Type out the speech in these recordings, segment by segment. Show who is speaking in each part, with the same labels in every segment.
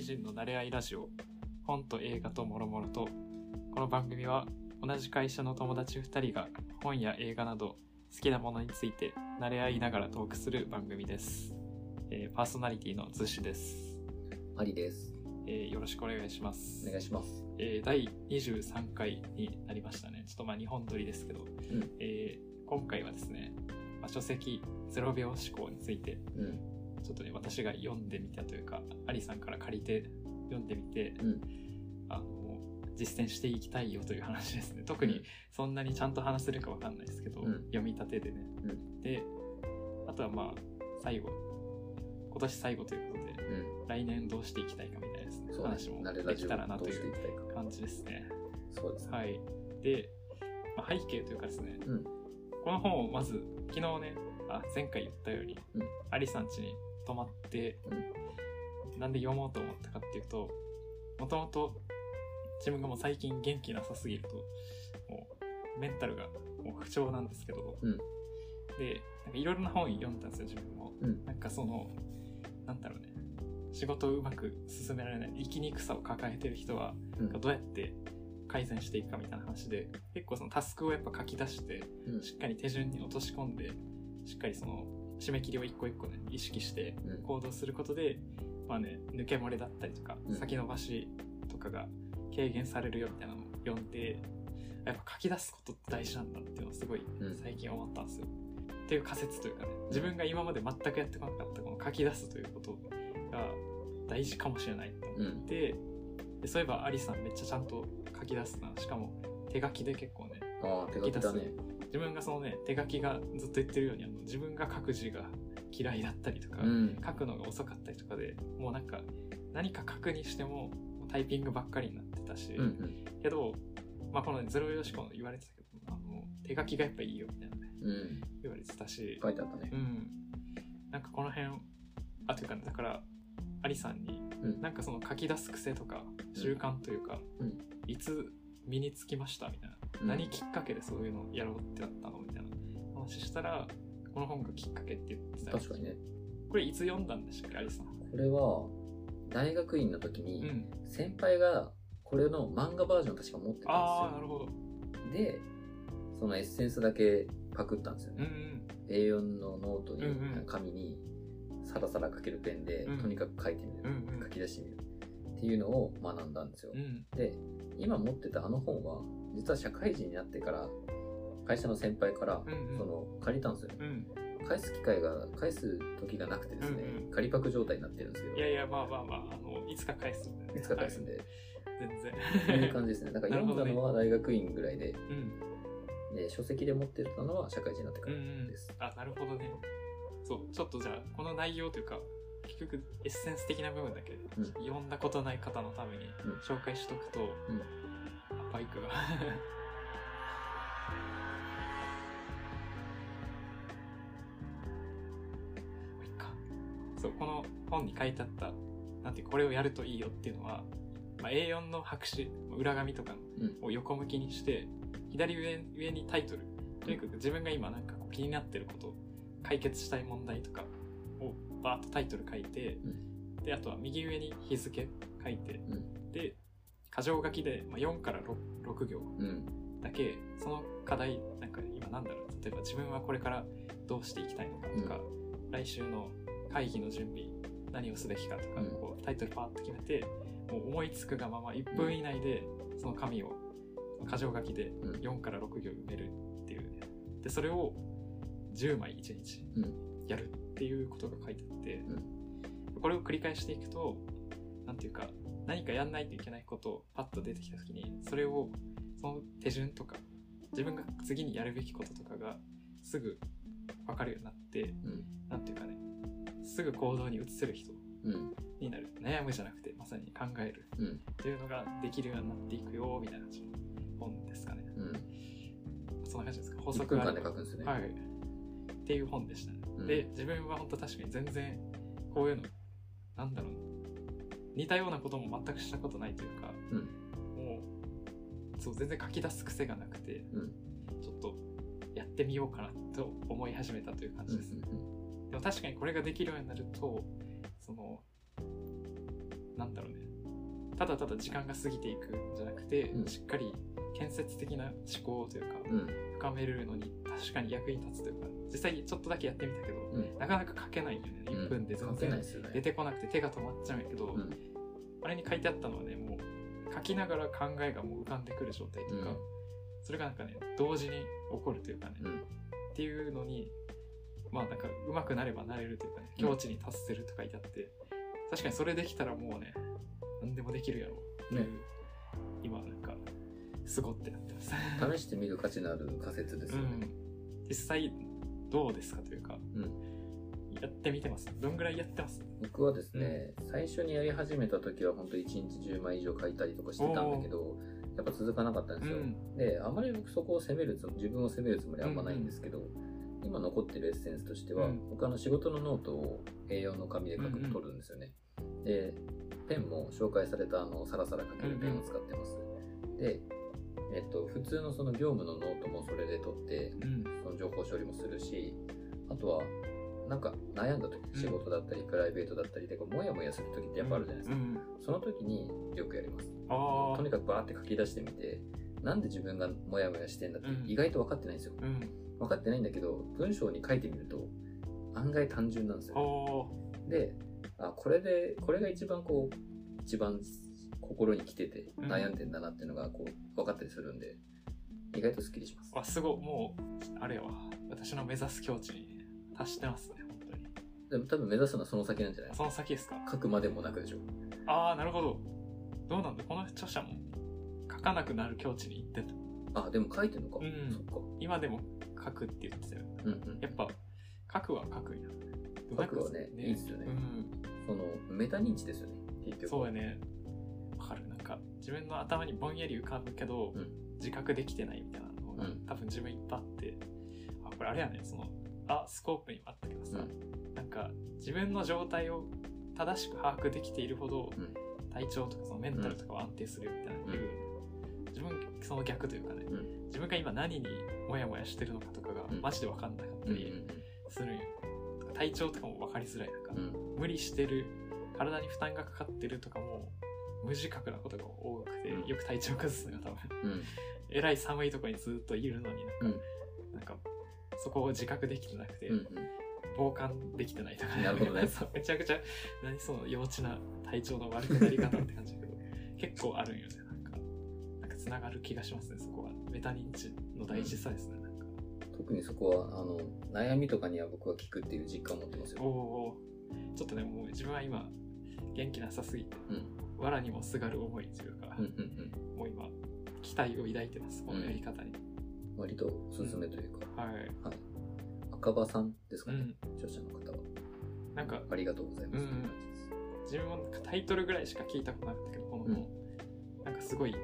Speaker 1: 人の慣れ合いラジオ本と映画ともろもろとこの番組は同じ会社の友達2人が本や映画など好きなものについて慣れ合いながらトークする番組です、えーパーソナリティのズシです、
Speaker 2: ありです。
Speaker 1: えーよろしくお願いします
Speaker 2: お願いします。
Speaker 1: えー第23回になりましたね。ちょっとまあ2本撮りですけど、
Speaker 2: ん
Speaker 1: えー今回はですね、まあ、書籍0秒思考について、
Speaker 2: うん。
Speaker 1: ちょっとね、私が読んでみたというか、アリさんから借りて読んでみて、
Speaker 2: うん。
Speaker 1: あの、実践していきたいよという話ですね。特にそんなにちゃんと話せるかわかんないですけど、
Speaker 2: うん
Speaker 1: 読み立てでね。
Speaker 2: う
Speaker 1: で、あとはまあ、最後、今年最後ということで、
Speaker 2: うん。
Speaker 1: 来年どうしていきたいかみたいなですね、
Speaker 2: そうね
Speaker 1: 話。も
Speaker 2: 慣れ
Speaker 1: で
Speaker 2: ラジ
Speaker 1: き
Speaker 2: オ
Speaker 1: たらな
Speaker 2: ど
Speaker 1: と
Speaker 2: う
Speaker 1: い
Speaker 2: していうきたいか。
Speaker 1: 感じですね。
Speaker 2: そうですね。
Speaker 1: はい。で、まあ、背景というかですね、
Speaker 2: うん
Speaker 1: この本をまず、昨日ね、あ前回言ったように、
Speaker 2: うん
Speaker 1: アリさん家に泊まって、なんで読もうと思ったかっていうと、もともと自分がもう最近元気なさすぎると、もうメンタルがもう不調なんですけど、
Speaker 2: うん
Speaker 1: で、なんかいろいろな本読んだんですよ、自分も。
Speaker 2: うん。
Speaker 1: なんかその、なんだろうね、仕事をうまく進められない、生きにくさを抱えてる人は、
Speaker 2: うん
Speaker 1: なんかどうやって改善していくかみたいな話で結構そのタスクをやっぱ書き出して
Speaker 2: うん。
Speaker 1: しっかり手順に落とし込んでしっかりその締め切りを一個一個ね意識して
Speaker 2: うん
Speaker 1: 行動することでまあね抜け漏れだったりとか
Speaker 2: うん
Speaker 1: 先延ばしとかが軽減されるよみたいなのを読んでやっぱ書き出すことって大事なんだっていうのをすごい
Speaker 2: うん
Speaker 1: 最近思ったんですよ。っていう仮説というかね自分が今まで全くやってこなかったこの書き出すということが大事かもしれないって思
Speaker 2: うん。
Speaker 1: ででそういえばアリさんめっちゃちゃんと書き出すなしかも手書きで結構ね
Speaker 2: ああ、手書きだね。
Speaker 1: 自分がそのね手書きがずっと言ってるようにあの自分が書く字が嫌いだったりとか、
Speaker 2: うん。
Speaker 1: 書くのが遅かったりとかでもうなんか何か書くにしてもタイピングばっかりになってたし、
Speaker 2: うん。うん
Speaker 1: けど、まあ、この、ね「ゼロよしこ」の言われてたけどあの手書きがやっぱいいよみたいなね
Speaker 2: うん。
Speaker 1: 言われてたし、
Speaker 2: 書いてあったね
Speaker 1: う。んなんかこの辺あというか、ね、だからアリさんに
Speaker 2: うん。
Speaker 1: なんかその書き出す癖とか
Speaker 2: うん
Speaker 1: 習慣というか、
Speaker 2: うん
Speaker 1: いつ身につきましたみたいな、
Speaker 2: うん
Speaker 1: 何きっかけでそういうのやろうってなったのみたいな話したらこの本がきっかけって言ってたよ
Speaker 2: 確かにね。
Speaker 1: これいつ読んだんでしたっけアリさん
Speaker 2: これは、大学院の時
Speaker 1: う
Speaker 2: に、
Speaker 1: ん
Speaker 2: 先輩がこれの漫画バージョンを確か持って
Speaker 1: ああ
Speaker 2: た
Speaker 1: なるほどうん
Speaker 2: んですよ。で、そのエッセンスだけパクったんですよ
Speaker 1: う
Speaker 2: ね。
Speaker 1: ん
Speaker 2: A4 のノート
Speaker 1: う
Speaker 2: に、
Speaker 1: んうん
Speaker 2: 紙に、さらさら書けるペンで
Speaker 1: うん、
Speaker 2: とにかく書いてみる。
Speaker 1: うん
Speaker 2: 書き出してみるっていうのを学んだんですよ
Speaker 1: うんう。ん
Speaker 2: で、今持ってたあの本は、実は社会人になってから、会社の先輩から
Speaker 1: うんうん、
Speaker 2: その、借りたんですよね。
Speaker 1: うん
Speaker 2: 返す機会が、返す時がなくてですね
Speaker 1: うんうん、
Speaker 2: 借りパク状態になってるんです
Speaker 1: いや
Speaker 2: け
Speaker 1: いやまあまあまああのいつか返すんで、
Speaker 2: ど、いつか返すん
Speaker 1: で、
Speaker 2: で、
Speaker 1: はい全然
Speaker 2: そういう感じですね。だから読んだのは大学院ぐらいで、
Speaker 1: うん
Speaker 2: で、書籍で持ってたのは社会人になって
Speaker 1: う
Speaker 2: か
Speaker 1: ん
Speaker 2: ら
Speaker 1: うん
Speaker 2: です。
Speaker 1: あなるほどねそうちょっとじゃあこの内容というか結局エッセンス的な部分だけ、
Speaker 2: うん
Speaker 1: 読んだことない方のために
Speaker 2: うん
Speaker 1: 紹介しとくと、
Speaker 2: ん
Speaker 1: あバイクが まあいっかそうこの本に書いてあったなんてこれをやるといいよっていうのは、まあ、A4 の白紙裏紙とかを横向きにして、左上上にタイトルとにかく自分が今なんかこう気になってること解決したい問題とかをバーッとタイトル書いて、
Speaker 2: う
Speaker 1: であとは右上に日付書いて、
Speaker 2: う
Speaker 1: で箇条書きで、まあ、4から 6, 6行
Speaker 2: うん。
Speaker 1: だけその課題なんか今なんだろう例えば自分はこれからどうしていきたいのかとか、来週の会議の準備何をすべきかとか、
Speaker 2: うん
Speaker 1: こうタイトルパーッと決めてもう思いつくがまま1分以内でその紙を箇条書きで
Speaker 2: うん
Speaker 1: 4から6行埋めるっていうねでそれを10枚1日
Speaker 2: う
Speaker 1: やるっていうことが書いてあって、これを繰り返していくと何ていうか何かやんないといけないことをパッと出てきた時にそれをその手順とか自分が次にやるべきこととかがすぐ分かるようになって
Speaker 2: うん。
Speaker 1: 何ていうかねすぐ行動に移せる人
Speaker 2: うん。
Speaker 1: になる悩むじゃなくてまさに考える
Speaker 2: うん。
Speaker 1: っていうのができるようになっていくよみたいな感じの本ですかね
Speaker 2: うん。
Speaker 1: そんな感じですか法
Speaker 2: 1
Speaker 1: 則
Speaker 2: 分
Speaker 1: があ
Speaker 2: 間
Speaker 1: れ
Speaker 2: で
Speaker 1: ば
Speaker 2: 書くんですよね。
Speaker 1: はいっていう本でしたね、
Speaker 2: うん
Speaker 1: で自分は本当確かに全然こういうのなんだろう似たようなことも全くしたことないというか、
Speaker 2: うん
Speaker 1: もうそう全然書き出す癖がなくて、
Speaker 2: うん
Speaker 1: ちょっとやってみようかなと思い始めたという感
Speaker 2: うん
Speaker 1: じですね、でも確かにこれができるようになるとそのなんだろうねただただ時間が過ぎていくんじゃなくて、
Speaker 2: うん
Speaker 1: しっかり建設的な思考というか、
Speaker 2: うん。
Speaker 1: 深めるのに確かに役に立つというか実際ちょっとだけやってみたけど、
Speaker 2: うん
Speaker 1: なかなか書けないよね1分で全
Speaker 2: 書けな
Speaker 1: 然
Speaker 2: いですよ
Speaker 1: 出
Speaker 2: ね。
Speaker 1: てこなくて手が止まっちゃうんやけど、
Speaker 2: うん
Speaker 1: あれに書いてあったのはねもう書きながら考えがもう浮かんでくる状態というか、
Speaker 2: うん
Speaker 1: それがなんかね同時に起こるというかね、
Speaker 2: う
Speaker 1: っ
Speaker 2: ん。
Speaker 1: ていうのにまあなんか上手くなればなれるというかね
Speaker 2: うん
Speaker 1: 境地に達すると書いてあって、確かにそれできたらもうね何でもできるやろうという、
Speaker 2: ね
Speaker 1: 今なんかすごってなって ます。
Speaker 2: 試してみる価値のある仮説です
Speaker 1: う
Speaker 2: よね。
Speaker 1: ん、実際どうですかというか、
Speaker 2: うん
Speaker 1: やってみてますどんぐらいやってます
Speaker 2: 僕はですね、最初にやり始めた時は本当1日10枚以上書いたりとかしてたんだけどやっぱ続かなかったんですよ、であまり僕そこを責めるつも自分を責めるつもりはあんまないんですけど、今残ってるエッセンスとしては、
Speaker 1: うん
Speaker 2: 僕あの仕事のノートを A4 の紙で書く、
Speaker 1: うんうん
Speaker 2: 取るんですよねでペンも紹介されたあのサラサラ書けるペンを使ってます、でえっと普通のその業務のノートもそれで取って
Speaker 1: うん
Speaker 2: その情報処理もするしあとはなんか悩んだ時
Speaker 1: うん
Speaker 2: 仕事だったりプライベートだったりでこうモヤモヤする時ってやっぱあるじゃないですか、
Speaker 1: うんうん
Speaker 2: その時によくやります
Speaker 1: あ
Speaker 2: とにかくバーって書き出してみてなんで自分がモヤモヤしてんだって
Speaker 1: うん
Speaker 2: 意外と分かってないんですよ
Speaker 1: あうん
Speaker 2: 分かってないんだけど文章に書いてみると案外単純なんです
Speaker 1: あ
Speaker 2: よ
Speaker 1: ー
Speaker 2: であこれでこれが一番こう一番心に来てて
Speaker 1: うん
Speaker 2: 悩んでんだなっていうのがこう分かったりするんで意外とスッキリします
Speaker 1: あすごいもうあれやわ私の目指す境地に達してますね本当に
Speaker 2: でも多分目指すのはその先なんじゃない
Speaker 1: その先ですか
Speaker 2: 書くまでもなくでしょ
Speaker 1: ああなるほどどうなんだこの著者も書かなくなる境地に行ってた
Speaker 2: あでも書いてんのか、
Speaker 1: うん
Speaker 2: そっか
Speaker 1: 今でも書くって言ってたよね
Speaker 2: うんうん
Speaker 1: やっぱ書くは書くんや
Speaker 2: 書くはねいいっすよね
Speaker 1: うん
Speaker 2: そのメタ認知ですよね結局
Speaker 1: そうやねわかるなんか自分の頭にぼんやり浮かぶけど、
Speaker 2: うん
Speaker 1: 自覚できてないみたいなのが、
Speaker 2: うん
Speaker 1: 多分自分いっぱいあってあこれあれやねそのあスコープにもあったけどさ、なんか自分の状態を正しく把握できているほど、
Speaker 2: うん
Speaker 1: 体調とかそのメンタルとかは安定するみたいないう、自分その逆というかね、
Speaker 2: うん
Speaker 1: 自分が今何にモヤモヤしてるのかとかが、
Speaker 2: うん
Speaker 1: マジで分かんなかった
Speaker 2: うんう
Speaker 1: り
Speaker 2: ん
Speaker 1: するんよ、体調とかも分かりづらいなんか、
Speaker 2: うんうん
Speaker 1: 無理してる体に負担がかかってるとかも無自覚なことが多くて、
Speaker 2: うん
Speaker 1: よく体調崩すのが多分
Speaker 2: うん
Speaker 1: えらい寒いとこにずっといるのになんか,、なんかそこを自覚できてなくて、
Speaker 2: うんうん
Speaker 1: 傍観できてないとか、
Speaker 2: なるほど ね
Speaker 1: そうめちゃくちゃ何その幼稚な体調の悪くなり方って感じだけど 結構あるんよねなんかなんかつながる気がしますねそこはメタ認知の大事さですね、なんか
Speaker 2: 特にそこはあの悩みとかには僕は聞くっていう実感を持ってます
Speaker 1: お
Speaker 2: よ。
Speaker 1: おーちょっとねもう自分は今元気なさすぎて、
Speaker 2: う
Speaker 1: 藁にもすがる思いというか、
Speaker 2: うんうん
Speaker 1: もう今期待を抱いてますこのやり方に、
Speaker 2: うん、割とおすすめというか、
Speaker 1: はい、
Speaker 2: 赤羽さんですか
Speaker 1: う
Speaker 2: ね、
Speaker 1: ん、
Speaker 2: 著者の方は。
Speaker 1: なんか
Speaker 2: ありがとうございます、
Speaker 1: うんうん自分もなんかタイトルぐらいしか聞いたことなかったけどこの本、なんかすごい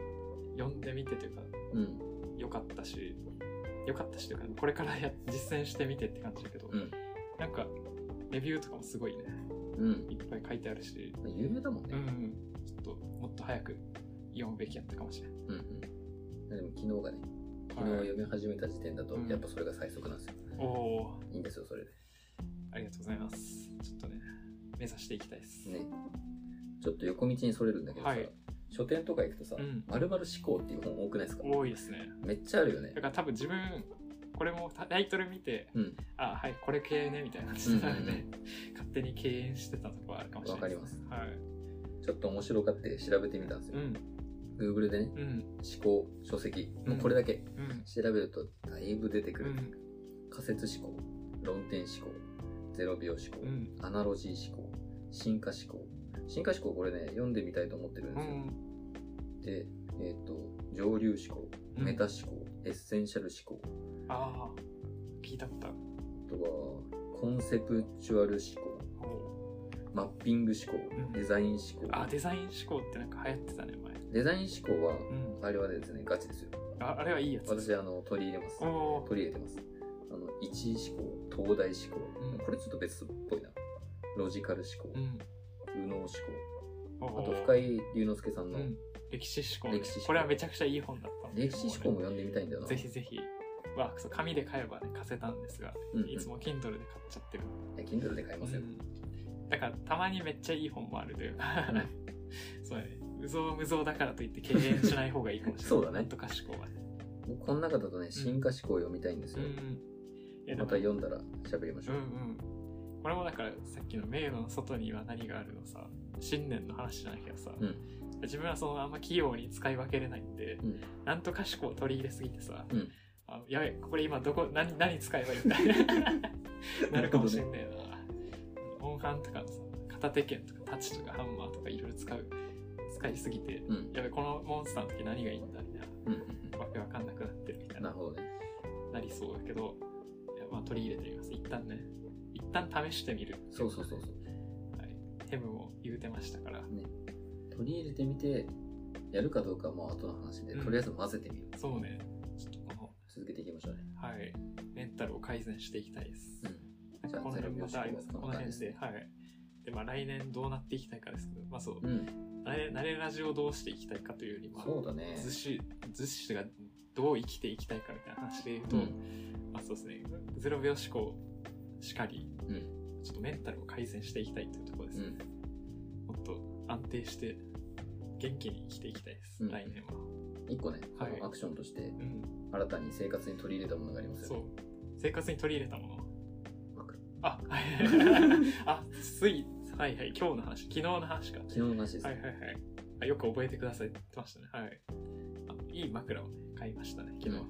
Speaker 1: 読んでみてというか
Speaker 2: うん
Speaker 1: 良かったし良かったしというかこれからや実践してみてって感じだけど、
Speaker 2: うん
Speaker 1: なんかレビューとかもすごいね
Speaker 2: うん
Speaker 1: いっぱい書いてあるし、
Speaker 2: うん有名だもんね。
Speaker 1: うんちょっともっと早く読むべきやったかもしれない
Speaker 2: うんうんでも昨日がね、昨日読み始めた時点だと
Speaker 1: うん、
Speaker 2: やっぱそれが最速なんですよ。
Speaker 1: おお
Speaker 2: いいんですよ、それで。
Speaker 1: ーありがとうございますちょっとね目指していきたいです、
Speaker 2: ね。ちょっと横道にそれるんだけどさ、
Speaker 1: はい
Speaker 2: 書店とか行くとさ、
Speaker 1: うん
Speaker 2: まるまる思考っていう本多くないですか
Speaker 1: 多いですね
Speaker 2: めっちゃあるよね
Speaker 1: だ。から多分自分これもタイトル見て
Speaker 2: うん、
Speaker 1: あはいこれ経営ねみたいな感じで、
Speaker 2: うんうんうん
Speaker 1: 勝手に敬遠してたとこはあるかもしれないですねはい
Speaker 2: ちょっと面白がって調べてみたんです
Speaker 1: う
Speaker 2: よ。
Speaker 1: ん
Speaker 2: Google でね、
Speaker 1: うん
Speaker 2: 思考書籍、
Speaker 1: うん
Speaker 2: もうこれだけ
Speaker 1: うん
Speaker 2: 調べるとだいぶ出てく
Speaker 1: う
Speaker 2: る、
Speaker 1: ん
Speaker 2: 仮説思考論点思考ゼロ秒思考、
Speaker 1: うん
Speaker 2: アナロジー思考進化思考進化思考これね読んでみたいと思ってるん
Speaker 1: う
Speaker 2: ですよ、
Speaker 1: ん
Speaker 2: でえっ、と上流思考
Speaker 1: うん
Speaker 2: メタ思考、エッセンシャル思考
Speaker 1: ああ聞いたことある
Speaker 2: あとはコンセプチュアル思考
Speaker 1: お
Speaker 2: マッピング思考、
Speaker 1: うん
Speaker 2: デザイン思考
Speaker 1: あデザイン思考ってなんか流行ってたね前
Speaker 2: デザイン思考は
Speaker 1: うん
Speaker 2: あれはですねガチですよ
Speaker 1: ああれはいいやつ
Speaker 2: 私あの取り入れます
Speaker 1: おおー
Speaker 2: 取り入れてます。あの、一思考、東大思考、
Speaker 1: うん
Speaker 2: これちょっと別っぽいな。ロジカル思考
Speaker 1: う、ん
Speaker 2: 右脳思考。
Speaker 1: お
Speaker 2: あと、
Speaker 1: ー
Speaker 2: 深井龍之介さん
Speaker 1: う
Speaker 2: の
Speaker 1: ん歴史思考、ね
Speaker 2: 歴史、思考
Speaker 1: これはめちゃくちゃいい本だったんで
Speaker 2: 歴史思考も読んでみたいんだよな。
Speaker 1: ぜひぜひまあそう紙で買えばね貸せたんですが、
Speaker 2: うんうん
Speaker 1: いつも Kindle で買っちゃってる
Speaker 2: いや Kindle で買いますよ。
Speaker 1: うんだからたまにめっちゃいい本もあるというか
Speaker 2: う ん
Speaker 1: そうだね。無造無造だからといって敬遠しない方がいいかもしれない。
Speaker 2: そうだね
Speaker 1: なんとか思考はね。
Speaker 2: 僕この中だとね、進化思考を読みたいんです
Speaker 1: う
Speaker 2: よ。
Speaker 1: ん。いやで
Speaker 2: ま
Speaker 1: も
Speaker 2: た読んだら喋りまし
Speaker 1: う
Speaker 2: ょ
Speaker 1: ん
Speaker 2: う。
Speaker 1: うん。これもだからさっきの迷路の外には何があるのさ、信念の話じゃないけどさ、
Speaker 2: うん
Speaker 1: 自分はそのあんま器用に使い分けれないんで、
Speaker 2: うん
Speaker 1: なんとか思考を取り入れすぎてさ、
Speaker 2: うん
Speaker 1: あやべえ、これ今どこ、何、何使えばい いんだなるかもしんねえな。音ンとかのさ、片手剣とかタッチとかハンマーとかいろいろ使う、使いすぎて、
Speaker 2: うん。うん
Speaker 1: やべえ、このモンスターの時何がいいんだみたい
Speaker 2: うん
Speaker 1: な、わけわかんなくなってるみた
Speaker 2: う
Speaker 1: い
Speaker 2: ん。な
Speaker 1: な
Speaker 2: る、ほどね。
Speaker 1: なりそうだけど、いやまあ取り入れてみます。一旦ね、一旦試してみる。
Speaker 2: そうそうそうそう。
Speaker 1: はい、ヘムも言うてましたから、
Speaker 2: 取り入れてみて、やるかどうかはもう後の話で、
Speaker 1: うん
Speaker 2: とりあえず混ぜてみる。
Speaker 1: そうね、ちょっとこ
Speaker 2: 続けていきましょうね。
Speaker 1: の、はい、メンタルを改善していきたいです。なん
Speaker 2: じ
Speaker 1: か
Speaker 2: ゃあ
Speaker 1: この辺またあります
Speaker 2: ゼ
Speaker 1: か
Speaker 2: ロ
Speaker 1: この
Speaker 2: 秒思考
Speaker 1: 辺
Speaker 2: です
Speaker 1: で、
Speaker 2: ね
Speaker 1: はい。で、まあ来年どうなっていきたいかですけど、まあそう、
Speaker 2: うん。うん。
Speaker 1: 慣れ慣れラジオをどうしていきたいかというよりも、
Speaker 2: そうだね。
Speaker 1: ずし、ずしがどう生きていきたいかみたいな話で言うと、
Speaker 2: うん。
Speaker 1: まあそうですね、ゼロ秒思考しかり、
Speaker 2: うん。
Speaker 1: ちょっとメンタルを改善していきたいというところです
Speaker 2: う
Speaker 1: ね。
Speaker 2: ん。
Speaker 1: もっと安定して、元気に生きていきたいです、
Speaker 2: うん
Speaker 1: 来年は。
Speaker 2: 一個ね、
Speaker 1: はい
Speaker 2: あのアクションとして、
Speaker 1: うん
Speaker 2: 新たに生活に取り入れたものがありますよ
Speaker 1: そ
Speaker 2: ね。
Speaker 1: う。生活に取り入れたもの。
Speaker 2: 僕
Speaker 1: あ、 はい。あ、つい、はいはい、今日の話、昨日の話か。
Speaker 2: 昨日の話です
Speaker 1: はい
Speaker 2: ね。
Speaker 1: はいはいあ。よく覚えてくださいって言ってましたね。はい。あいい枕をね、買いましたね、昨日。
Speaker 2: う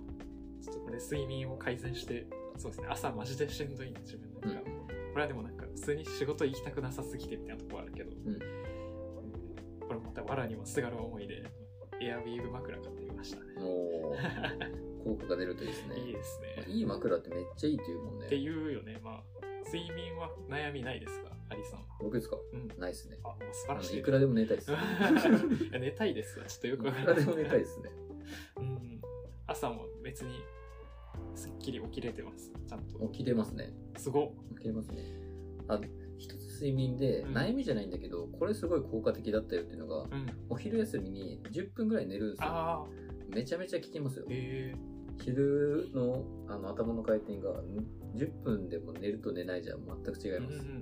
Speaker 1: ちょっとこれ、睡眠を改善して、そうですね、朝マジでしんどいんで自分なんか。これはでもなんか、普通に仕事行きたくなさすぎてみたいなとこあるけど、
Speaker 2: ん
Speaker 1: これまた藁にもすがる思いで、エアウィーヴ枕買ってみましたね。
Speaker 2: うん。おー効果が出るといいですね。
Speaker 1: いいですね。
Speaker 2: いい枕ってめっちゃいいって言うもんね
Speaker 1: っ。ていうよね。まあ、睡眠は悩みないですか、アリさんは。
Speaker 2: 僕ですか
Speaker 1: うん。
Speaker 2: ないっすね。
Speaker 1: あ、もう素晴ら
Speaker 2: あの
Speaker 1: しい。
Speaker 2: いくらでも寝た いっす。い
Speaker 1: いや寝たいですわ。ちょっとよくわからな
Speaker 2: くら
Speaker 1: い。
Speaker 2: でも寝たいっすね。
Speaker 1: うん。朝も別に、すっきり起きれてます。ちゃんと。
Speaker 2: 起きれますね。
Speaker 1: すご
Speaker 2: 起きれますね。あ、一つ睡眠で、
Speaker 1: うん
Speaker 2: 悩みじゃないんだけど、これすごい効果的だったよっていうのが、
Speaker 1: っ。うん。
Speaker 2: お昼休みに10分ぐらい寝るんですよ。
Speaker 1: ああ、
Speaker 2: めちゃめちゃ効きますよ。
Speaker 1: え
Speaker 2: 昼のあの頭の回転がん10分でも寝ると寝ないじゃ全く違
Speaker 1: え
Speaker 2: い
Speaker 1: うん
Speaker 2: ま
Speaker 1: う
Speaker 2: す。
Speaker 1: ん。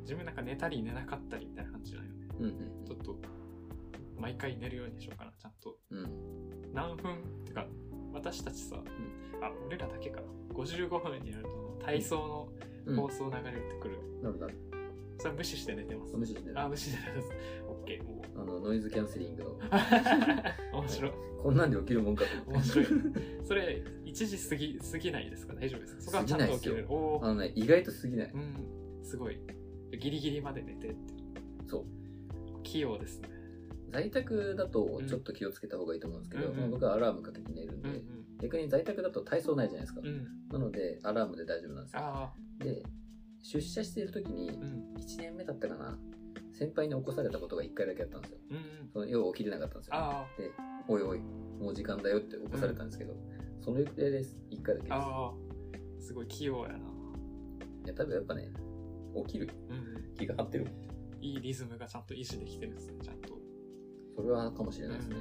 Speaker 1: 自分なんか寝たり寝なかったりみたいな感じだよね。
Speaker 2: うん
Speaker 1: ちょっと、毎回寝るようにしようかな、ちゃんと。
Speaker 2: うんうん。
Speaker 1: 何分ってか、私たちさ、あ、俺らだけかな。55分になると、体操
Speaker 2: う
Speaker 1: の放
Speaker 2: ん。
Speaker 1: 送流れてくる。
Speaker 2: なるなる。
Speaker 1: それ無視して寝てます。
Speaker 2: 無視してる。
Speaker 1: あ、
Speaker 2: あ
Speaker 1: 無視してます。オッケー、もう。
Speaker 2: の、ノイズキャンセリングの、
Speaker 1: 面白い。
Speaker 2: こんなんで起きるもんかと思って
Speaker 1: 面白い。 それ、一時過ぎ、過ぎないですか大丈夫ですかそこはちゃんと起きれる。お
Speaker 2: あ
Speaker 1: ー
Speaker 2: のね、意外と過ぎない。
Speaker 1: うん。すごい。ギリギリまで寝てって。
Speaker 2: そう。
Speaker 1: 器用ですね。
Speaker 2: 在宅だと
Speaker 1: うん
Speaker 2: ちょっと気をつけた方がいいと思うんですけ
Speaker 1: う
Speaker 2: ど、
Speaker 1: んうん
Speaker 2: まあ僕はアラームかけて寝るん
Speaker 1: う
Speaker 2: で、
Speaker 1: ん
Speaker 2: 逆に在宅だと体操ないじゃないですか
Speaker 1: うん。う。ん。
Speaker 2: なので、アラームで大丈夫なんですよ。
Speaker 1: ああ、
Speaker 2: で、出社している時に
Speaker 1: う、ん。
Speaker 2: 1年目だったかな、先輩に起こされたことが1回だけあったんですよ。
Speaker 1: うんうん。
Speaker 2: その要は起きれなかったんですよ。
Speaker 1: あ
Speaker 2: で、おいおい、もう時間だよって起こされたんですけど、そのくらいです。一回だけ
Speaker 1: あ、
Speaker 2: です。
Speaker 1: ああ、すごい器用やな。
Speaker 2: いや、多分やっぱね、起きる
Speaker 1: うん。
Speaker 2: 気が張ってる。
Speaker 1: いいリズムがちゃんと維持できてるんですね、ちゃんと。
Speaker 2: それはかもしれないですね。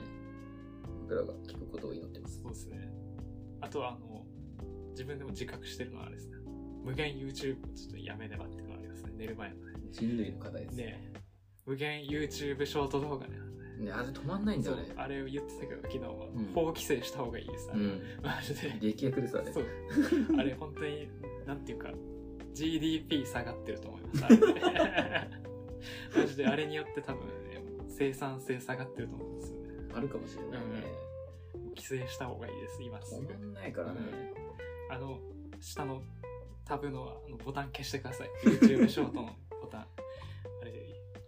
Speaker 2: 僕らが聞くことを祈ってます。
Speaker 1: そうですね。あとは、あの、自分でも自覚してるのはあれですね。無限 YouTube をちょっとやめねばっていうのがありますね。寝る前のね。
Speaker 2: 人類の課題です。ね
Speaker 1: ねえ無限 YouTube ショート動画ね。
Speaker 2: あれ止まんないんだ
Speaker 1: そ
Speaker 2: よ
Speaker 1: う
Speaker 2: ね。
Speaker 1: あれを言ってたけど、昨日は
Speaker 2: うん
Speaker 1: 法規制した方がいいです。あ
Speaker 2: う
Speaker 1: れ
Speaker 2: ん。
Speaker 1: マジで。
Speaker 2: 激薬です、あれ。
Speaker 1: そう。あれ、本当に、なんていうか、GDP 下がってると思います。あ れマジで、あれによって多分ね、もう生産性下がってると思うんですよね。
Speaker 2: あるかもしれないね。
Speaker 1: もう規制した方がいいです、今す
Speaker 2: 止
Speaker 1: ぐ
Speaker 2: ま。んないからね。
Speaker 1: あの、下のタブのあのボタン消してください。YouTube ショートのボタン。 あれ、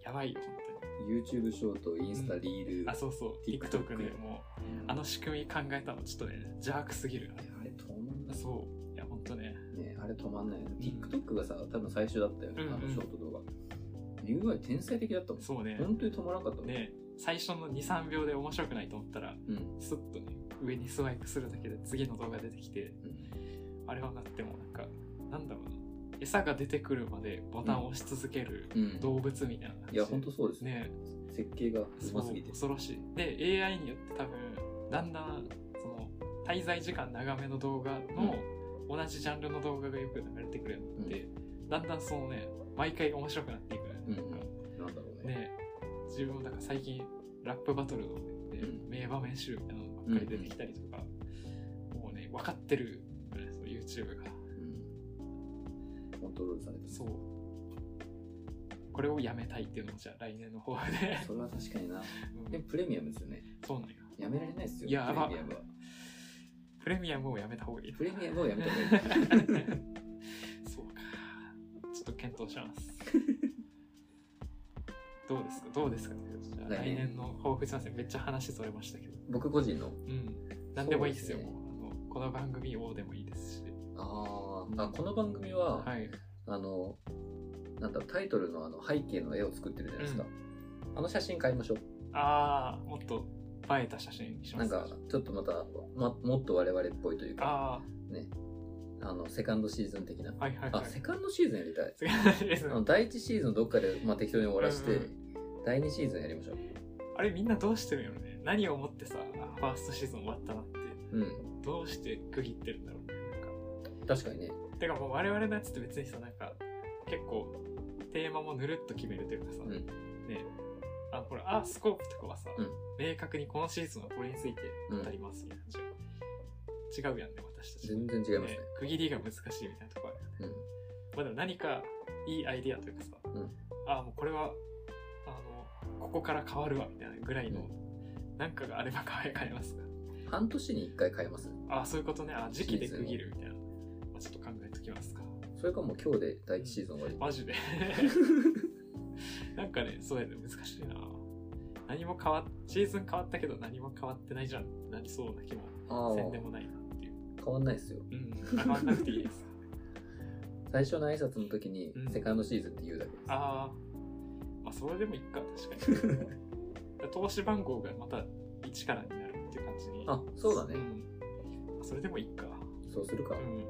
Speaker 1: やばいよ、本当に。
Speaker 2: YouTube ショート、インスタ、
Speaker 1: うん
Speaker 2: リール。
Speaker 1: あ、そうそう。
Speaker 2: TikTok
Speaker 1: TikTok ね、もう、あの仕組み考えたの、ちょっとね、邪悪すぎる。
Speaker 2: いやあれ止まんない。
Speaker 1: そう。いや、ほんとね。
Speaker 2: ねあれ止まんないよね。TikTok がさ、多分最初だったよね、
Speaker 1: うんうん
Speaker 2: あのショート動画。UI 天才的だったもん。
Speaker 1: そうね。
Speaker 2: 本当に止まらなかったもん。
Speaker 1: ね、最初の2、3秒で面白くないと思ったら、
Speaker 2: うん。
Speaker 1: スッとね、上にスワイプするだけで次の動画出てきて、あれはなっても、なんか、なんだろうな。餌が出てくるまでボタンを押し続ける
Speaker 2: うん。
Speaker 1: 動物みたいな感
Speaker 2: い
Speaker 1: じ。
Speaker 2: や、本当そうですね。
Speaker 1: ね、
Speaker 2: 設計がう
Speaker 1: そう
Speaker 2: ますぎて。
Speaker 1: 恐ろしい。で、AI によって多分、だんだん、その、滞在時間長めの動画の、同じジャンルの動画がよく流れてくるようになって、だんだんそのね、毎回面白くなっていくのよね。
Speaker 2: うん
Speaker 1: なんか
Speaker 2: なんだろうね。
Speaker 1: ね、自自分もなんか最近ラップバトルの、ね
Speaker 2: うん
Speaker 1: 名場面集みたいなのばっかり出てきたりとか、もうね分かってるからねその YouTube が
Speaker 2: うん、コントロールされてる
Speaker 1: そうこれをやめたいっていうのもじゃあ来年の方で、
Speaker 2: それは確か にな
Speaker 1: うん
Speaker 2: でプレミアムですよね
Speaker 1: そうなんよ
Speaker 2: やめられないですよ
Speaker 1: いや
Speaker 2: プレミアムは
Speaker 1: プレミアムをやめた方がいい
Speaker 2: プレミアムをやめた方がいい
Speaker 1: そうか。ちょっと検討し ます。どうですかどうですかねじゃあ
Speaker 2: 来
Speaker 1: 来
Speaker 2: 年
Speaker 1: 年の抱負すいません。めっちゃ話それましたけど。
Speaker 2: 僕個人の
Speaker 1: うん。何でもいいですよ。
Speaker 2: そうですね
Speaker 1: もうあのこの番組をでもいいですし。
Speaker 2: あーあこの番組は、
Speaker 1: はい。
Speaker 2: あのなんだタイトルのあの背景の絵を作ってるじゃないですか、あの写真買いましょう
Speaker 1: ああ、もっと映えた写真にしま
Speaker 2: なん
Speaker 1: す
Speaker 2: かちょっとまたまもっと我々っぽいという
Speaker 1: あ
Speaker 2: かあのセカンドシーズン的な
Speaker 1: あ、はいはいは
Speaker 2: あ
Speaker 1: い。
Speaker 2: セカンドシーズンやりたい
Speaker 1: 次の話です
Speaker 2: あの第1シーズンどっかで、まあ、適当に終わらせて、
Speaker 1: うんう
Speaker 2: 第2シーズンやりましょう
Speaker 1: あれみんなどうしてるんやろね。何をもってさ、ファーストシーズン終わったなって。
Speaker 2: うん
Speaker 1: どうして区切ってるんだろうね。なんか
Speaker 2: 確かにね
Speaker 1: てかもう我々のやつって別にさなんか結構テーマもぬるっと決めるというかさ、
Speaker 2: うん
Speaker 1: ねあこれあスコープとかはさ、
Speaker 2: うん
Speaker 1: 明確にこのシーズンはこれについて語りますみたいな感じが、違うやんね私たち
Speaker 2: 全然違いますね
Speaker 1: 区切りが難しいみたいなところあるよねまあでも何かいいアイディアというかさ、
Speaker 2: うん
Speaker 1: あもうこれはあのここから変わるわみたいなぐらいの、
Speaker 2: う
Speaker 1: なんかがあれば変え変えますか
Speaker 2: うん半年に1回買えます
Speaker 1: あそういうことねあ時期で
Speaker 2: シーズ
Speaker 1: 区
Speaker 2: ンを
Speaker 1: 切るみたいな、まあ、ちょっと考えときますか
Speaker 2: それかもう今日で第1シーズン終わり、
Speaker 1: マジ でなんかねそうやね難しいな何も変わっシーズン変わったけど何も変わってないじゃんってなりそうな気も
Speaker 2: ああ
Speaker 1: せんでもないなっていう
Speaker 2: 変わんないですよ
Speaker 1: うんあ変わんなくていい です
Speaker 2: 最初の挨拶の時に、
Speaker 1: うん
Speaker 2: セカンドシーズンって言うだけです
Speaker 1: ああまあそれでもいっか確か に投資番号がまた1からになるっていう感じに
Speaker 2: あそうだね
Speaker 1: んそれでもいいか
Speaker 2: そうするか、
Speaker 1: うん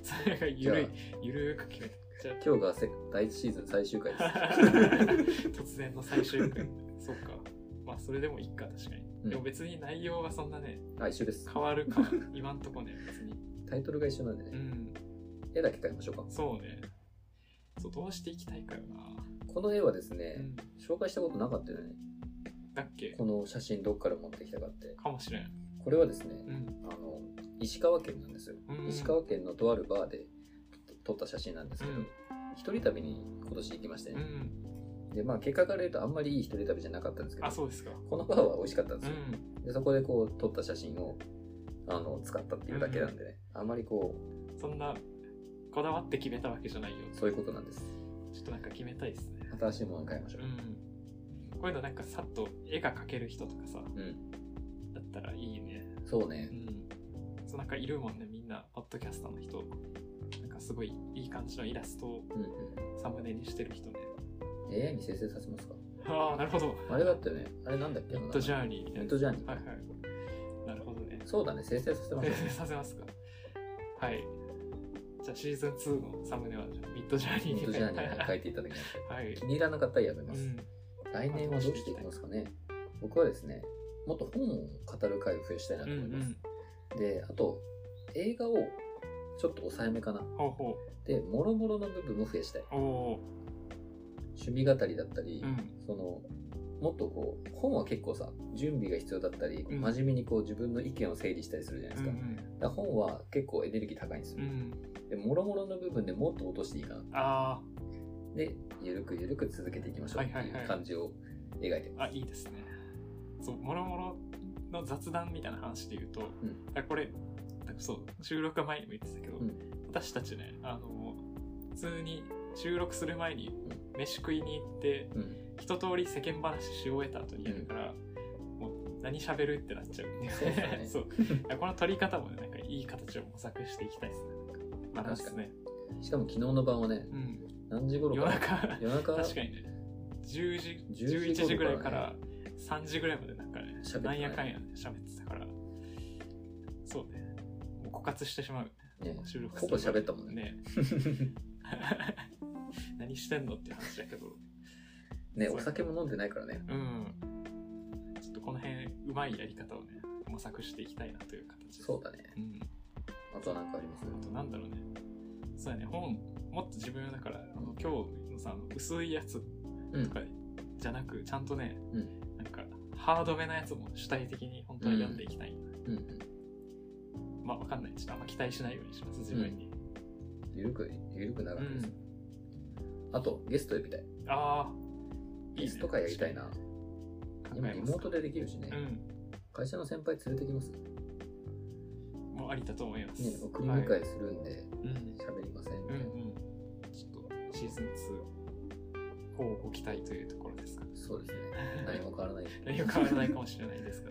Speaker 1: それがゆるいゆるーく決めちゃう
Speaker 2: 今日がセ第1シーズン最終回です
Speaker 1: 突然の最終回そうかまあそれでもいいか確かに、
Speaker 2: うん
Speaker 1: でも別に内容はそんなね
Speaker 2: あ一緒です
Speaker 1: 変わるか今んとこね別に
Speaker 2: タイトルが一緒なんでね、
Speaker 1: うん
Speaker 2: 絵だけ買いましょうか
Speaker 1: そうねそうどうしていきたいかよな、
Speaker 2: この絵はです
Speaker 1: う
Speaker 2: ね、
Speaker 1: ん、
Speaker 2: 紹介したことなかったよね
Speaker 1: だっけ
Speaker 2: この写真どっから持ってきたかって
Speaker 1: かもしれん、
Speaker 2: これはですね、
Speaker 1: うん
Speaker 2: あの石川県なんですよ、
Speaker 1: うん
Speaker 2: 石川県のとあるバーで撮撮った写真なんですけど、
Speaker 1: うん
Speaker 2: 一人旅に今年行きまして
Speaker 1: う
Speaker 2: ね、
Speaker 1: ん、
Speaker 2: でまあ結果から言うとあんまりいい一人旅じゃなかったんですけど
Speaker 1: あそうですか
Speaker 2: このバーは美味しかったんで
Speaker 1: う
Speaker 2: すよ、
Speaker 1: ん
Speaker 2: でそこでこう撮った写真をあの使ったっていうだけなんでね、あんまりこ
Speaker 1: そんなこだわって決めたわけじゃないよ
Speaker 2: うそういうことなんです
Speaker 1: ちょっとなんか決めたいですね
Speaker 2: 新しいもの買いましょ
Speaker 1: う
Speaker 2: う、
Speaker 1: んこういうのなんかさっと絵が描ける人とかさ
Speaker 2: うん
Speaker 1: だったらいいね
Speaker 2: そうね
Speaker 1: うん、そうなんかいるもんねみんなポッドキャスターの人なんかすごいいい感じのイラストを
Speaker 2: うん
Speaker 1: サムネにしてる人ね
Speaker 2: うん AI に生成させますか
Speaker 1: ああなるほど
Speaker 2: あれだったよねあれなんだっけ
Speaker 1: ミッドジ
Speaker 2: ャ
Speaker 1: ャーニーみたい
Speaker 2: ミッ
Speaker 1: な
Speaker 2: ドジャーニー
Speaker 1: はいはいなるほどね
Speaker 2: そうだね生成させましょう
Speaker 1: えさせますかはいじゃあシーズン2のサムネはじゃあミッドジャーニー
Speaker 2: ミッドジャーニーに書
Speaker 1: はい
Speaker 2: ていただきまして
Speaker 1: い、
Speaker 2: 気に入らなかったらやめ
Speaker 1: う
Speaker 2: ます、
Speaker 1: ん、
Speaker 2: 来年はどうしていきますかね僕はですねもっと本を語る会を増やしたいな
Speaker 1: う
Speaker 2: と
Speaker 1: ん
Speaker 2: 思います、
Speaker 1: う
Speaker 2: であと映画をちょっと抑えめかなん
Speaker 1: ほうほ
Speaker 2: でもろもろの部分も増やしたいう
Speaker 1: おお
Speaker 2: 趣味語りだったり、
Speaker 1: ーうん
Speaker 2: そのもっとこう本は結構さ準備が必要だったり、
Speaker 1: うん
Speaker 2: 真面目にこう自分の意見を整理したりするじゃないうです
Speaker 1: ん
Speaker 2: か,、だから本は結構エネルギー高いんです
Speaker 1: うんう
Speaker 2: よ、
Speaker 1: ん
Speaker 2: でもろもろの部分でもっと落としていいかな
Speaker 1: あ
Speaker 2: でゆるくゆるく続けていきましょうって
Speaker 1: はいはい
Speaker 2: い
Speaker 1: はいう
Speaker 2: 感じを描いて
Speaker 1: あ
Speaker 2: ま
Speaker 1: あ
Speaker 2: す、
Speaker 1: いいですねそうもろもろの雑談みたいな話で言うと、
Speaker 2: ん
Speaker 1: あこれなんかそう収録前にも言ってたけど、
Speaker 2: うん
Speaker 1: 私たちねあの普通に収録する前に飯食いに行って
Speaker 2: うん
Speaker 1: 一通り世間話し終えた後にやるから、もう何喋るってなっちゃうんで
Speaker 2: そうですよね
Speaker 1: そういやこの取り方もねなんかいい形を模索していきたいですねなんかバランスね、
Speaker 2: しかも昨日の晩はね
Speaker 1: うん、
Speaker 2: 何時頃か
Speaker 1: 夜
Speaker 2: ら
Speaker 1: 中
Speaker 2: 夜中
Speaker 1: 確かにね10時
Speaker 2: 10
Speaker 1: 11
Speaker 2: 時
Speaker 1: 時
Speaker 2: ぐ
Speaker 1: ぐ
Speaker 2: ら
Speaker 1: ら
Speaker 2: い
Speaker 1: いか
Speaker 2: か
Speaker 1: らら3時ぐらいまでなんかね
Speaker 2: 喋ってたね
Speaker 1: なんやかんやね喋ってたからそうねもう枯渇してしまう
Speaker 2: ね
Speaker 1: 収録
Speaker 2: ほぼ喋ったもんね
Speaker 1: ね 何してんのっていう話だけど
Speaker 2: ねお酒も飲んでないからね
Speaker 1: うんちょっとこの辺うまいやり方をね模索していきたいなという形です
Speaker 2: そうだね
Speaker 1: うん
Speaker 2: あとは何かあります
Speaker 1: あとなんだろうねそうやね本もっと自分だからあの今日のさあの薄いやつ
Speaker 2: う
Speaker 1: と
Speaker 2: ん
Speaker 1: かじゃなく、ちゃんとね、
Speaker 2: う
Speaker 1: なんか、ハードめなやつも主体的に本当に読んでいきたい。
Speaker 2: うんうん。
Speaker 1: まあ、わかんない。ちょっとあんま期待しないようにします、自分に。
Speaker 2: ゆるく、ゆるく長
Speaker 1: う
Speaker 2: くです、
Speaker 1: ん。
Speaker 2: あと、ゲスト呼びたい。
Speaker 1: ああ、いいね。
Speaker 2: ゲスト会やりたいな。
Speaker 1: 確か
Speaker 2: 今、
Speaker 1: に。考え
Speaker 2: リモ
Speaker 1: ます
Speaker 2: ートでできるしね。
Speaker 1: う
Speaker 2: 会社の先輩連れてきます。ね、
Speaker 1: ん。もうありだと思います。
Speaker 2: 送り迎
Speaker 1: はい
Speaker 2: えするんで、
Speaker 1: うん。
Speaker 2: 喋りません
Speaker 1: う
Speaker 2: みた
Speaker 1: ん
Speaker 2: いな。
Speaker 1: うん。ちょっと、シーズン2、こうご期待というところですか。
Speaker 2: そう ですね。何も変わらない。
Speaker 1: 内容変わらないかもしれないですが、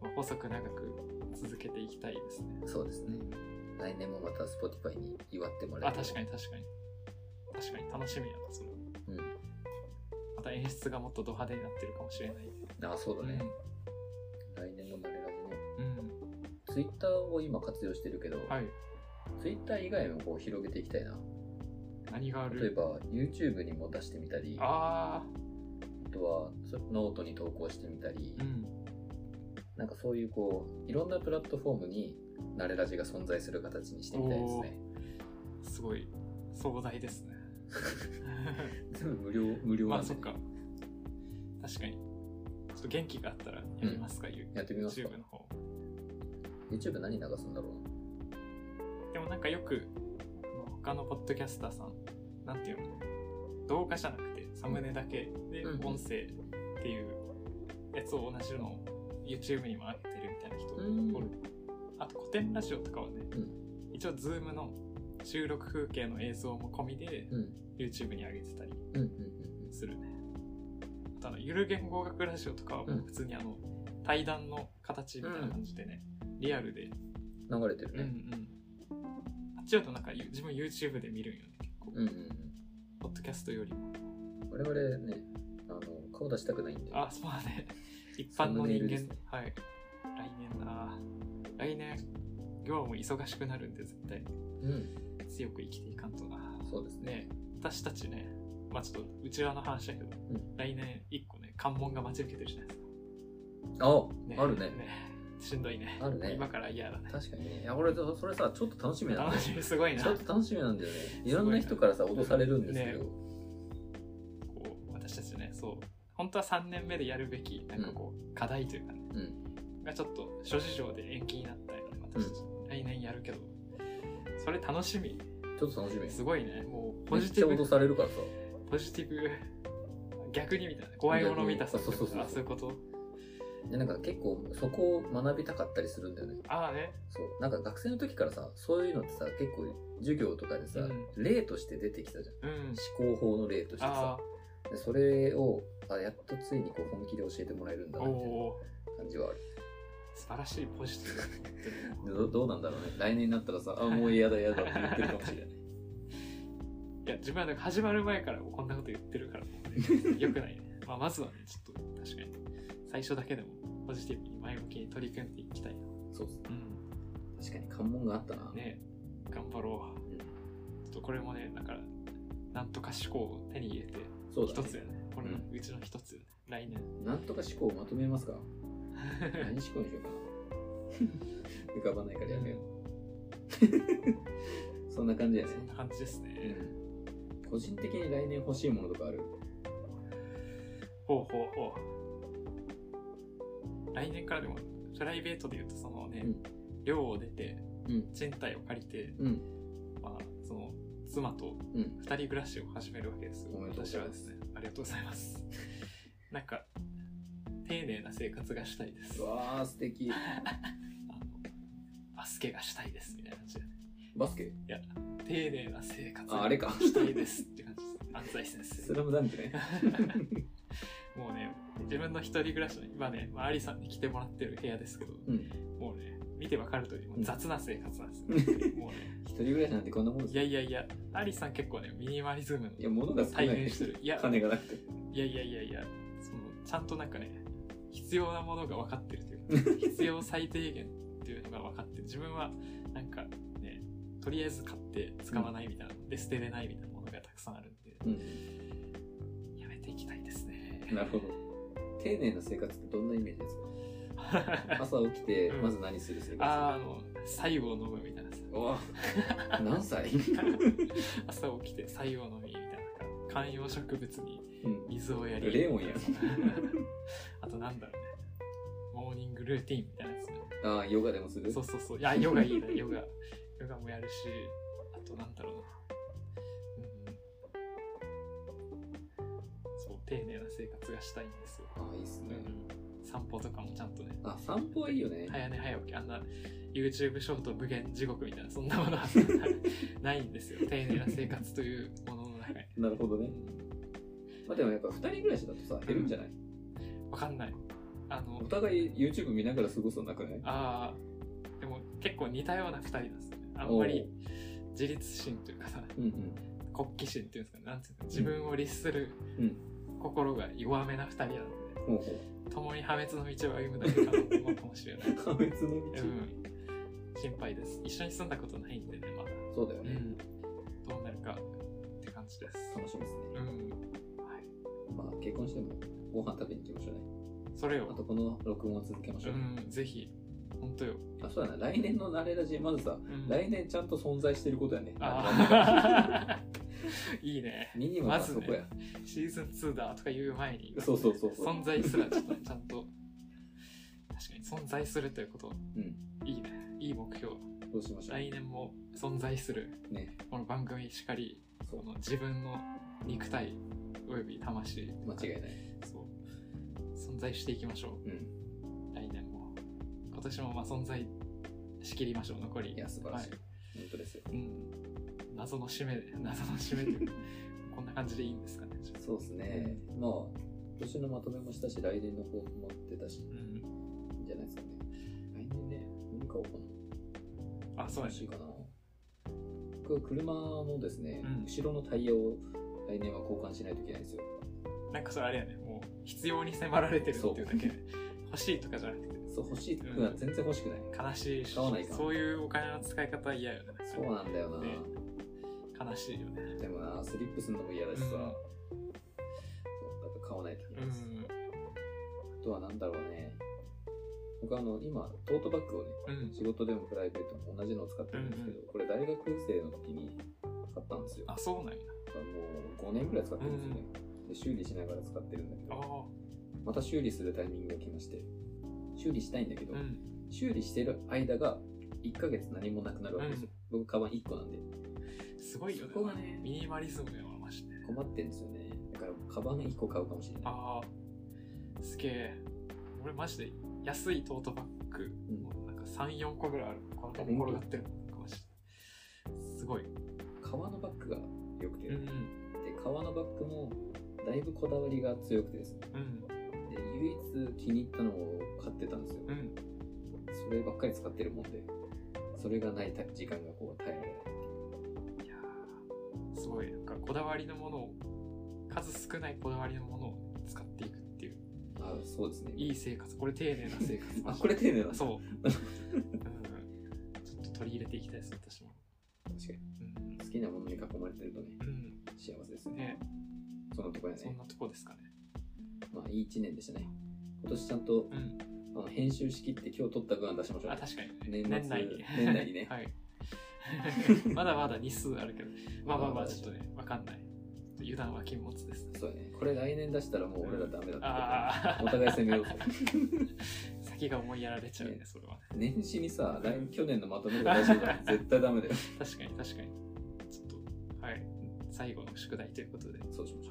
Speaker 1: まあ細く長く続けていきたいですね。
Speaker 2: そうですね。来年もまた Spotify に祝ってもら
Speaker 1: あ、
Speaker 2: える
Speaker 1: 確かに確かに。確かに楽しみやな、それは。
Speaker 2: うん。
Speaker 1: また演出がもっとド派手になってるかもしれない。
Speaker 2: あ、そうだね。来年の慣れラジね。
Speaker 1: うん。
Speaker 2: Twitter を今活用してるけど、
Speaker 1: うん。はい。
Speaker 2: Twitter 以外もこう広げていきたいな。
Speaker 1: 何があ
Speaker 2: 例え
Speaker 1: る
Speaker 2: ば YouTube にも出してみたり、あ
Speaker 1: あ
Speaker 2: とはそノートに投稿してみたり、
Speaker 1: あ、うん。
Speaker 2: なんかそういうこう、いろんなプラットフォームに慣れラジが存在する形にしてみたいですね。
Speaker 1: すごい壮大ですね。
Speaker 2: 全部無料、無 料
Speaker 1: まあ、
Speaker 2: なんで
Speaker 1: そっか。確かに。ちょっと元気があったらやりますか、ゆ
Speaker 2: やってみますか
Speaker 1: YouTube の方。
Speaker 2: YouTube 何流すんだろ
Speaker 1: でもなんかよく、あの他のポッドキャスターさん、なんていうの動画じゃなくて、サムネだけで
Speaker 2: うん
Speaker 1: 音声っていうやつを同じのを YouTube にも上げてるみたいな人
Speaker 2: うん
Speaker 1: おる。あと古典ラジオとかはね、
Speaker 2: う
Speaker 1: 一応 Zoom の収録風景の映像も込みで
Speaker 2: う。うん。
Speaker 1: YouTube に上げてたり
Speaker 2: うんうん
Speaker 1: するね。あとあの、ゆる言語学ラジオとかはもう普通にあの、対談の形みたいな感じでね、リアルで
Speaker 2: うんうん。流れてる
Speaker 1: うんう
Speaker 2: ね。
Speaker 1: ん。あっちだとなんかゆ自分 YouTube で見るんよね、結構。
Speaker 2: うんうんうん。
Speaker 1: ポッドキャストよりも。
Speaker 2: 我々ね、あの、顔出したくないんで。
Speaker 1: あ、そうだ ね。一般の
Speaker 2: サムネイ
Speaker 1: 人
Speaker 2: ル
Speaker 1: 間、
Speaker 2: ですね
Speaker 1: はい。来年な来年、業務忙しくなるんで絶対
Speaker 2: うん。
Speaker 1: 強く生きていかんとな。
Speaker 2: そうですね。
Speaker 1: ね私たちね、まあちょっと内輪の話だけど、
Speaker 2: ん
Speaker 1: 来年一個ね、関門が待ち受けてるじゃないですか。
Speaker 2: あ、あるね
Speaker 1: しんどいね。
Speaker 2: あるね
Speaker 1: 今から嫌だね。
Speaker 2: 確かにね。いや、俺、それさ、ちょっと楽しみなん
Speaker 1: 楽
Speaker 2: だよ。
Speaker 1: しみ、すごいな。
Speaker 2: ちょっと楽しみなんだよね。いろんな人からさ、脅されるんですけど。
Speaker 1: こう私たちねそう本当は3年目でやるべきなんかこう、課題というかね、がちょっと諸事情で延期になったよね私たち、来年やるけどそれ楽しみ
Speaker 2: ちょっと楽しみ。
Speaker 1: すごいねもうポ
Speaker 2: めっ
Speaker 1: ジテ
Speaker 2: ちゃ
Speaker 1: ィ
Speaker 2: 脅
Speaker 1: ブ
Speaker 2: されるからさ。
Speaker 1: ポジティブ逆にみたいな怖いもの見たさ
Speaker 2: そうそうそう
Speaker 1: あそういうこと
Speaker 2: で、なんか結構、そこを学びたかったりするんだよね。
Speaker 1: ああね
Speaker 2: そう。なんか学生の時からさ、そういうのってさ、結構、授業とかでさ、
Speaker 1: うん
Speaker 2: 例として出てきたじゃ
Speaker 1: う
Speaker 2: ん。
Speaker 1: ん
Speaker 2: 思考法の例として
Speaker 1: あ
Speaker 2: さ。でそれを、あ、やっとついにこう本気で教えてもらえるんだ
Speaker 1: あ
Speaker 2: な、みたい
Speaker 1: おー
Speaker 2: な感じはある。
Speaker 1: 素晴らしいポジティブ本当
Speaker 2: で
Speaker 1: に
Speaker 2: どどうなんだろうね。来年になったらさ、あ、もう嫌だ嫌だって言ってるかもしれない。
Speaker 1: いや自分はなんか始まる前からもうこんなこと言ってるから、ね、よくないね、 まあ、まずはねちょっと確かに最初だけでもポジティブに前向きに取り組んでいきたいな
Speaker 2: そうっすね。
Speaker 1: う
Speaker 2: 確かに関門があったな。
Speaker 1: んね頑張ろう
Speaker 2: うん
Speaker 1: ちょっとこれもねだからなんとか思考を手に入れて
Speaker 2: そうだ、
Speaker 1: 一
Speaker 2: ね。
Speaker 1: つやねこれのうちの一つ、来年
Speaker 2: なんとか思考をまとめますか何思考にしよ う かな浮かばないからやめよう。そんな感じや ね
Speaker 1: そん。な感じですね、
Speaker 2: うん個人的に来年欲しいものとかある
Speaker 1: ほうほうほう来年からでもプライベートで言うとそのね、
Speaker 2: うん
Speaker 1: 寮を出て、
Speaker 2: うん
Speaker 1: 賃貸を借りて、
Speaker 2: うん。
Speaker 1: まあ、その妻と
Speaker 2: うん。
Speaker 1: 二人暮らしを始めるわけですよ
Speaker 2: おめでとうご
Speaker 1: 私
Speaker 2: ざい
Speaker 1: は
Speaker 2: ま
Speaker 1: ですすねありがとうございますなんか丁寧な生活がしたいです
Speaker 2: うわー、素敵。
Speaker 1: あのバスケがしたいですみたいな感じで
Speaker 2: バスケ
Speaker 1: 丁寧な生活
Speaker 2: ああれか
Speaker 1: がしたいですって感じです安西
Speaker 2: ス
Speaker 1: 先
Speaker 2: ラムダンクね。
Speaker 1: 生 もうね自分の一人暮らしの今ね、まあ、アリさんに来てもらってる部屋ですけど
Speaker 2: うん。
Speaker 1: もうね見てわかる通りもう雑な生活なんですよ、 もうね
Speaker 2: 一人暮らしなんてこんなもんです
Speaker 1: いやいやいやアリさん結構ねミニマリズム
Speaker 2: いや、物が少ない。
Speaker 1: 体現してるいや
Speaker 2: 金がなくて。
Speaker 1: いやいやいやいやそのちゃんとなんかね必要なものが分かってるというか必要最低限っていうのが分かって自分はなんかねとりあえず買って使わないみたいな、で捨てれないみたいなものがたくさんあるんで
Speaker 2: うん。
Speaker 1: やめていきたいですね
Speaker 2: なるほど。丁寧な生活ってどんなイメージです か
Speaker 1: あ
Speaker 2: 朝起きて、
Speaker 1: うん
Speaker 2: まず何する生活
Speaker 1: あの白湯を飲むみたいなさ
Speaker 2: うわ何歳
Speaker 1: 朝起きて白湯を飲みみたいな観葉植物に
Speaker 2: うん
Speaker 1: 水をやり。
Speaker 2: レモンやん
Speaker 1: あとなんだろうね。モーニングルーティンみたいなやつ、ね。
Speaker 2: ああ、ヨガでもする
Speaker 1: そうそうそう。いや、ヨガいいね、ヨガ。ヨガもやるし、あとなんだろうな。うん、そう、丁寧な生活がしたいんですよ。
Speaker 2: ああ、いいっす
Speaker 1: う
Speaker 2: ね。
Speaker 1: ん、散歩とかもちゃんとね。
Speaker 2: あ、散歩はいいよね。
Speaker 1: 早寝早起き、あんな YouTube ショート無限地獄みたいな、そんなものはないん ですよ。丁寧な生活というものの中に。
Speaker 2: なるほどね。まあでもやっぱ二人暮らしだとさ、減るんじゃない、
Speaker 1: わかんない。あの
Speaker 2: お、互い YouTube 見ながら過ごすのなくない
Speaker 1: ああ、でも結構似たような二人なんですよね。あんまり自立心というかさ、
Speaker 2: うんうん。
Speaker 1: 国旗心っていうんですかね、なんていうの、自分を律する
Speaker 2: うん
Speaker 1: 心が弱めな二人なので、
Speaker 2: ほうほう。
Speaker 1: 共に破滅の道を歩むだけかなと思うかもしれ ない。
Speaker 2: 破滅の道、
Speaker 1: うん、心配です。一緒に住んだことないんでね、まだ。
Speaker 2: そうだよ
Speaker 1: う
Speaker 2: ね。
Speaker 1: ん、どうなるかって感じです。
Speaker 2: 楽しみですね。
Speaker 1: うん、はい、
Speaker 2: まあ結婚してもご飯食べに行きましょうね。
Speaker 1: それ
Speaker 2: あ
Speaker 1: を、
Speaker 2: とこの録音を続けまし
Speaker 1: う
Speaker 2: ょう。
Speaker 1: ん、ぜひ、本当よ。
Speaker 2: あ、そうだな。来年の慣れラジ、まずさ、
Speaker 1: うん、
Speaker 2: 来年ちゃんと存在してることやね。
Speaker 1: あー いいね。
Speaker 2: ミニマムは
Speaker 1: まず
Speaker 2: そ
Speaker 1: ね
Speaker 2: こや。
Speaker 1: シーズン2だとか言う前に、
Speaker 2: そうそうそうそう。
Speaker 1: 存在すらちょっとねちゃんと、確かに存在するということ、
Speaker 2: うん
Speaker 1: いいね。いい目標。
Speaker 2: どうしましょ
Speaker 1: 来年も存在する、
Speaker 2: う。ね。
Speaker 1: この番組しかり、
Speaker 2: そ
Speaker 1: こ
Speaker 2: う。
Speaker 1: の自分の肉体、および魂、
Speaker 2: 間違いない。
Speaker 1: そう存在していきましょう。
Speaker 2: うん。
Speaker 1: 来年も今年もまあ存在しきりましょう残り
Speaker 2: いや、素晴らしい。
Speaker 1: は
Speaker 2: 本当ですよ。
Speaker 1: いうん、謎の締め 謎の締めというか こんな感じでいいんですかねちょっと
Speaker 2: そうですね。まあ、今年のまとめもしたし、来年の方も持ってたし、い
Speaker 1: うん
Speaker 2: いんじゃないですかね。来年ね、何買おうかな。
Speaker 1: あそう
Speaker 2: 欲
Speaker 1: です
Speaker 2: しいかな。僕は車のですね、
Speaker 1: うん
Speaker 2: 後ろのタイヤを来年は交換しないといけないんですよ。
Speaker 1: なんかそれあれやねもう必要に迫られてるっていうだけで欲しいとかじゃなくて
Speaker 2: そう、欲しいのは全然欲しくない。
Speaker 1: 悲しいし
Speaker 2: 買わないか
Speaker 1: そういうお金の使い方は嫌よね
Speaker 2: そうなんだよな。
Speaker 1: ね悲しいよね
Speaker 2: でもな、スリップするのも嫌だしさ、そうやっぱ買わないといけ
Speaker 1: う
Speaker 2: ない
Speaker 1: ん
Speaker 2: です。あとはなんだろうね。僕あの、今、トートバッグをね、
Speaker 1: うん
Speaker 2: 仕事でもプライベートも同じのを使ってるんですけど、これ大学生の時に買ったんですよ。
Speaker 1: あそうなんや
Speaker 2: だからもう5年ぐらい使ってるんですよね。で修理しながら使ってるんだけ
Speaker 1: あ
Speaker 2: ど、
Speaker 1: あ
Speaker 2: また修理するタイミングが来まして、修理したいんだけど、
Speaker 1: うん
Speaker 2: 修理してる間が1ヶ月何もなくなるわけですよ。僕、カバン1個なんで。
Speaker 1: すごいよね
Speaker 2: そこがね
Speaker 1: ミニマリズムやわまして
Speaker 2: 困ってんですよね。だから、カバン1個買うかもしれない。
Speaker 1: ああ、すげえ。俺マジで安いトートバッグ、
Speaker 2: う
Speaker 1: なんか3、4個ぐらいある。この辺に転がってるかもしれない。すごい。
Speaker 2: 革のバッグが良くて、
Speaker 1: う
Speaker 2: で
Speaker 1: ん。
Speaker 2: 革のバッグもだいぶこだわりが強くてですね
Speaker 1: うん。
Speaker 2: で唯一気に入ったのを買ってたんですよ、
Speaker 1: うん。
Speaker 2: そればっかり使ってるもんでそれがない時間がこう耐えられない
Speaker 1: いやーすごい。なんかこだわりのものを、数少ないこだわりのものを使っていくっていう。
Speaker 2: あそうですね
Speaker 1: いい生活。これ丁寧な生 活。
Speaker 2: あこれ丁寧だ
Speaker 1: そう。うん。ちょっと取り入れていきたいです、私も。
Speaker 2: 確か
Speaker 1: う
Speaker 2: に
Speaker 1: ん。
Speaker 2: 好きなものに囲まれてるとね
Speaker 1: うん。
Speaker 2: 幸せですね
Speaker 1: ね
Speaker 2: そんなとこや
Speaker 1: そん
Speaker 2: ね
Speaker 1: なとこですかね。
Speaker 2: まあいい1年でしたね今年ちゃんと
Speaker 1: うん。
Speaker 2: あの編集しきって今日撮った分は出しましょう
Speaker 1: あ、確かに、
Speaker 2: 年末
Speaker 1: 年内に。
Speaker 2: 年内にね
Speaker 1: はい。まだまだ日数あるけど、まあまあまあ、ちょっとね、わかんない。油断は禁物です。
Speaker 2: そうやねこれ来年出したらもう俺らダメだって
Speaker 1: あ
Speaker 2: お互い攻めようぜ
Speaker 1: あ、先が思いやられちゃうね
Speaker 2: ね、
Speaker 1: それはね。
Speaker 2: 年始 にさ来去年のまとめが出してたら絶対ダメだよ
Speaker 1: 確かに、確かに。ちょっと、はい。最後の宿題ということで、はい。
Speaker 2: そうしましょ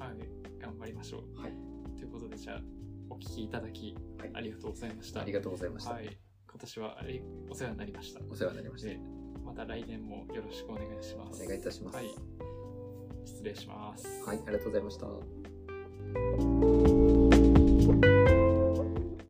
Speaker 1: 頑張りましょう。
Speaker 2: うはい
Speaker 1: ということで、じゃあ、お聞きいただき、
Speaker 2: はい
Speaker 1: ありがとうございました。
Speaker 2: ありがとうございました、
Speaker 1: はい。今年は、あれ、お世話になりました。
Speaker 2: お世話になりました
Speaker 1: で、また来年もよろしくお願いします。
Speaker 2: お願いいたします
Speaker 1: はい。失礼します。
Speaker 2: はい、ありがとうございました。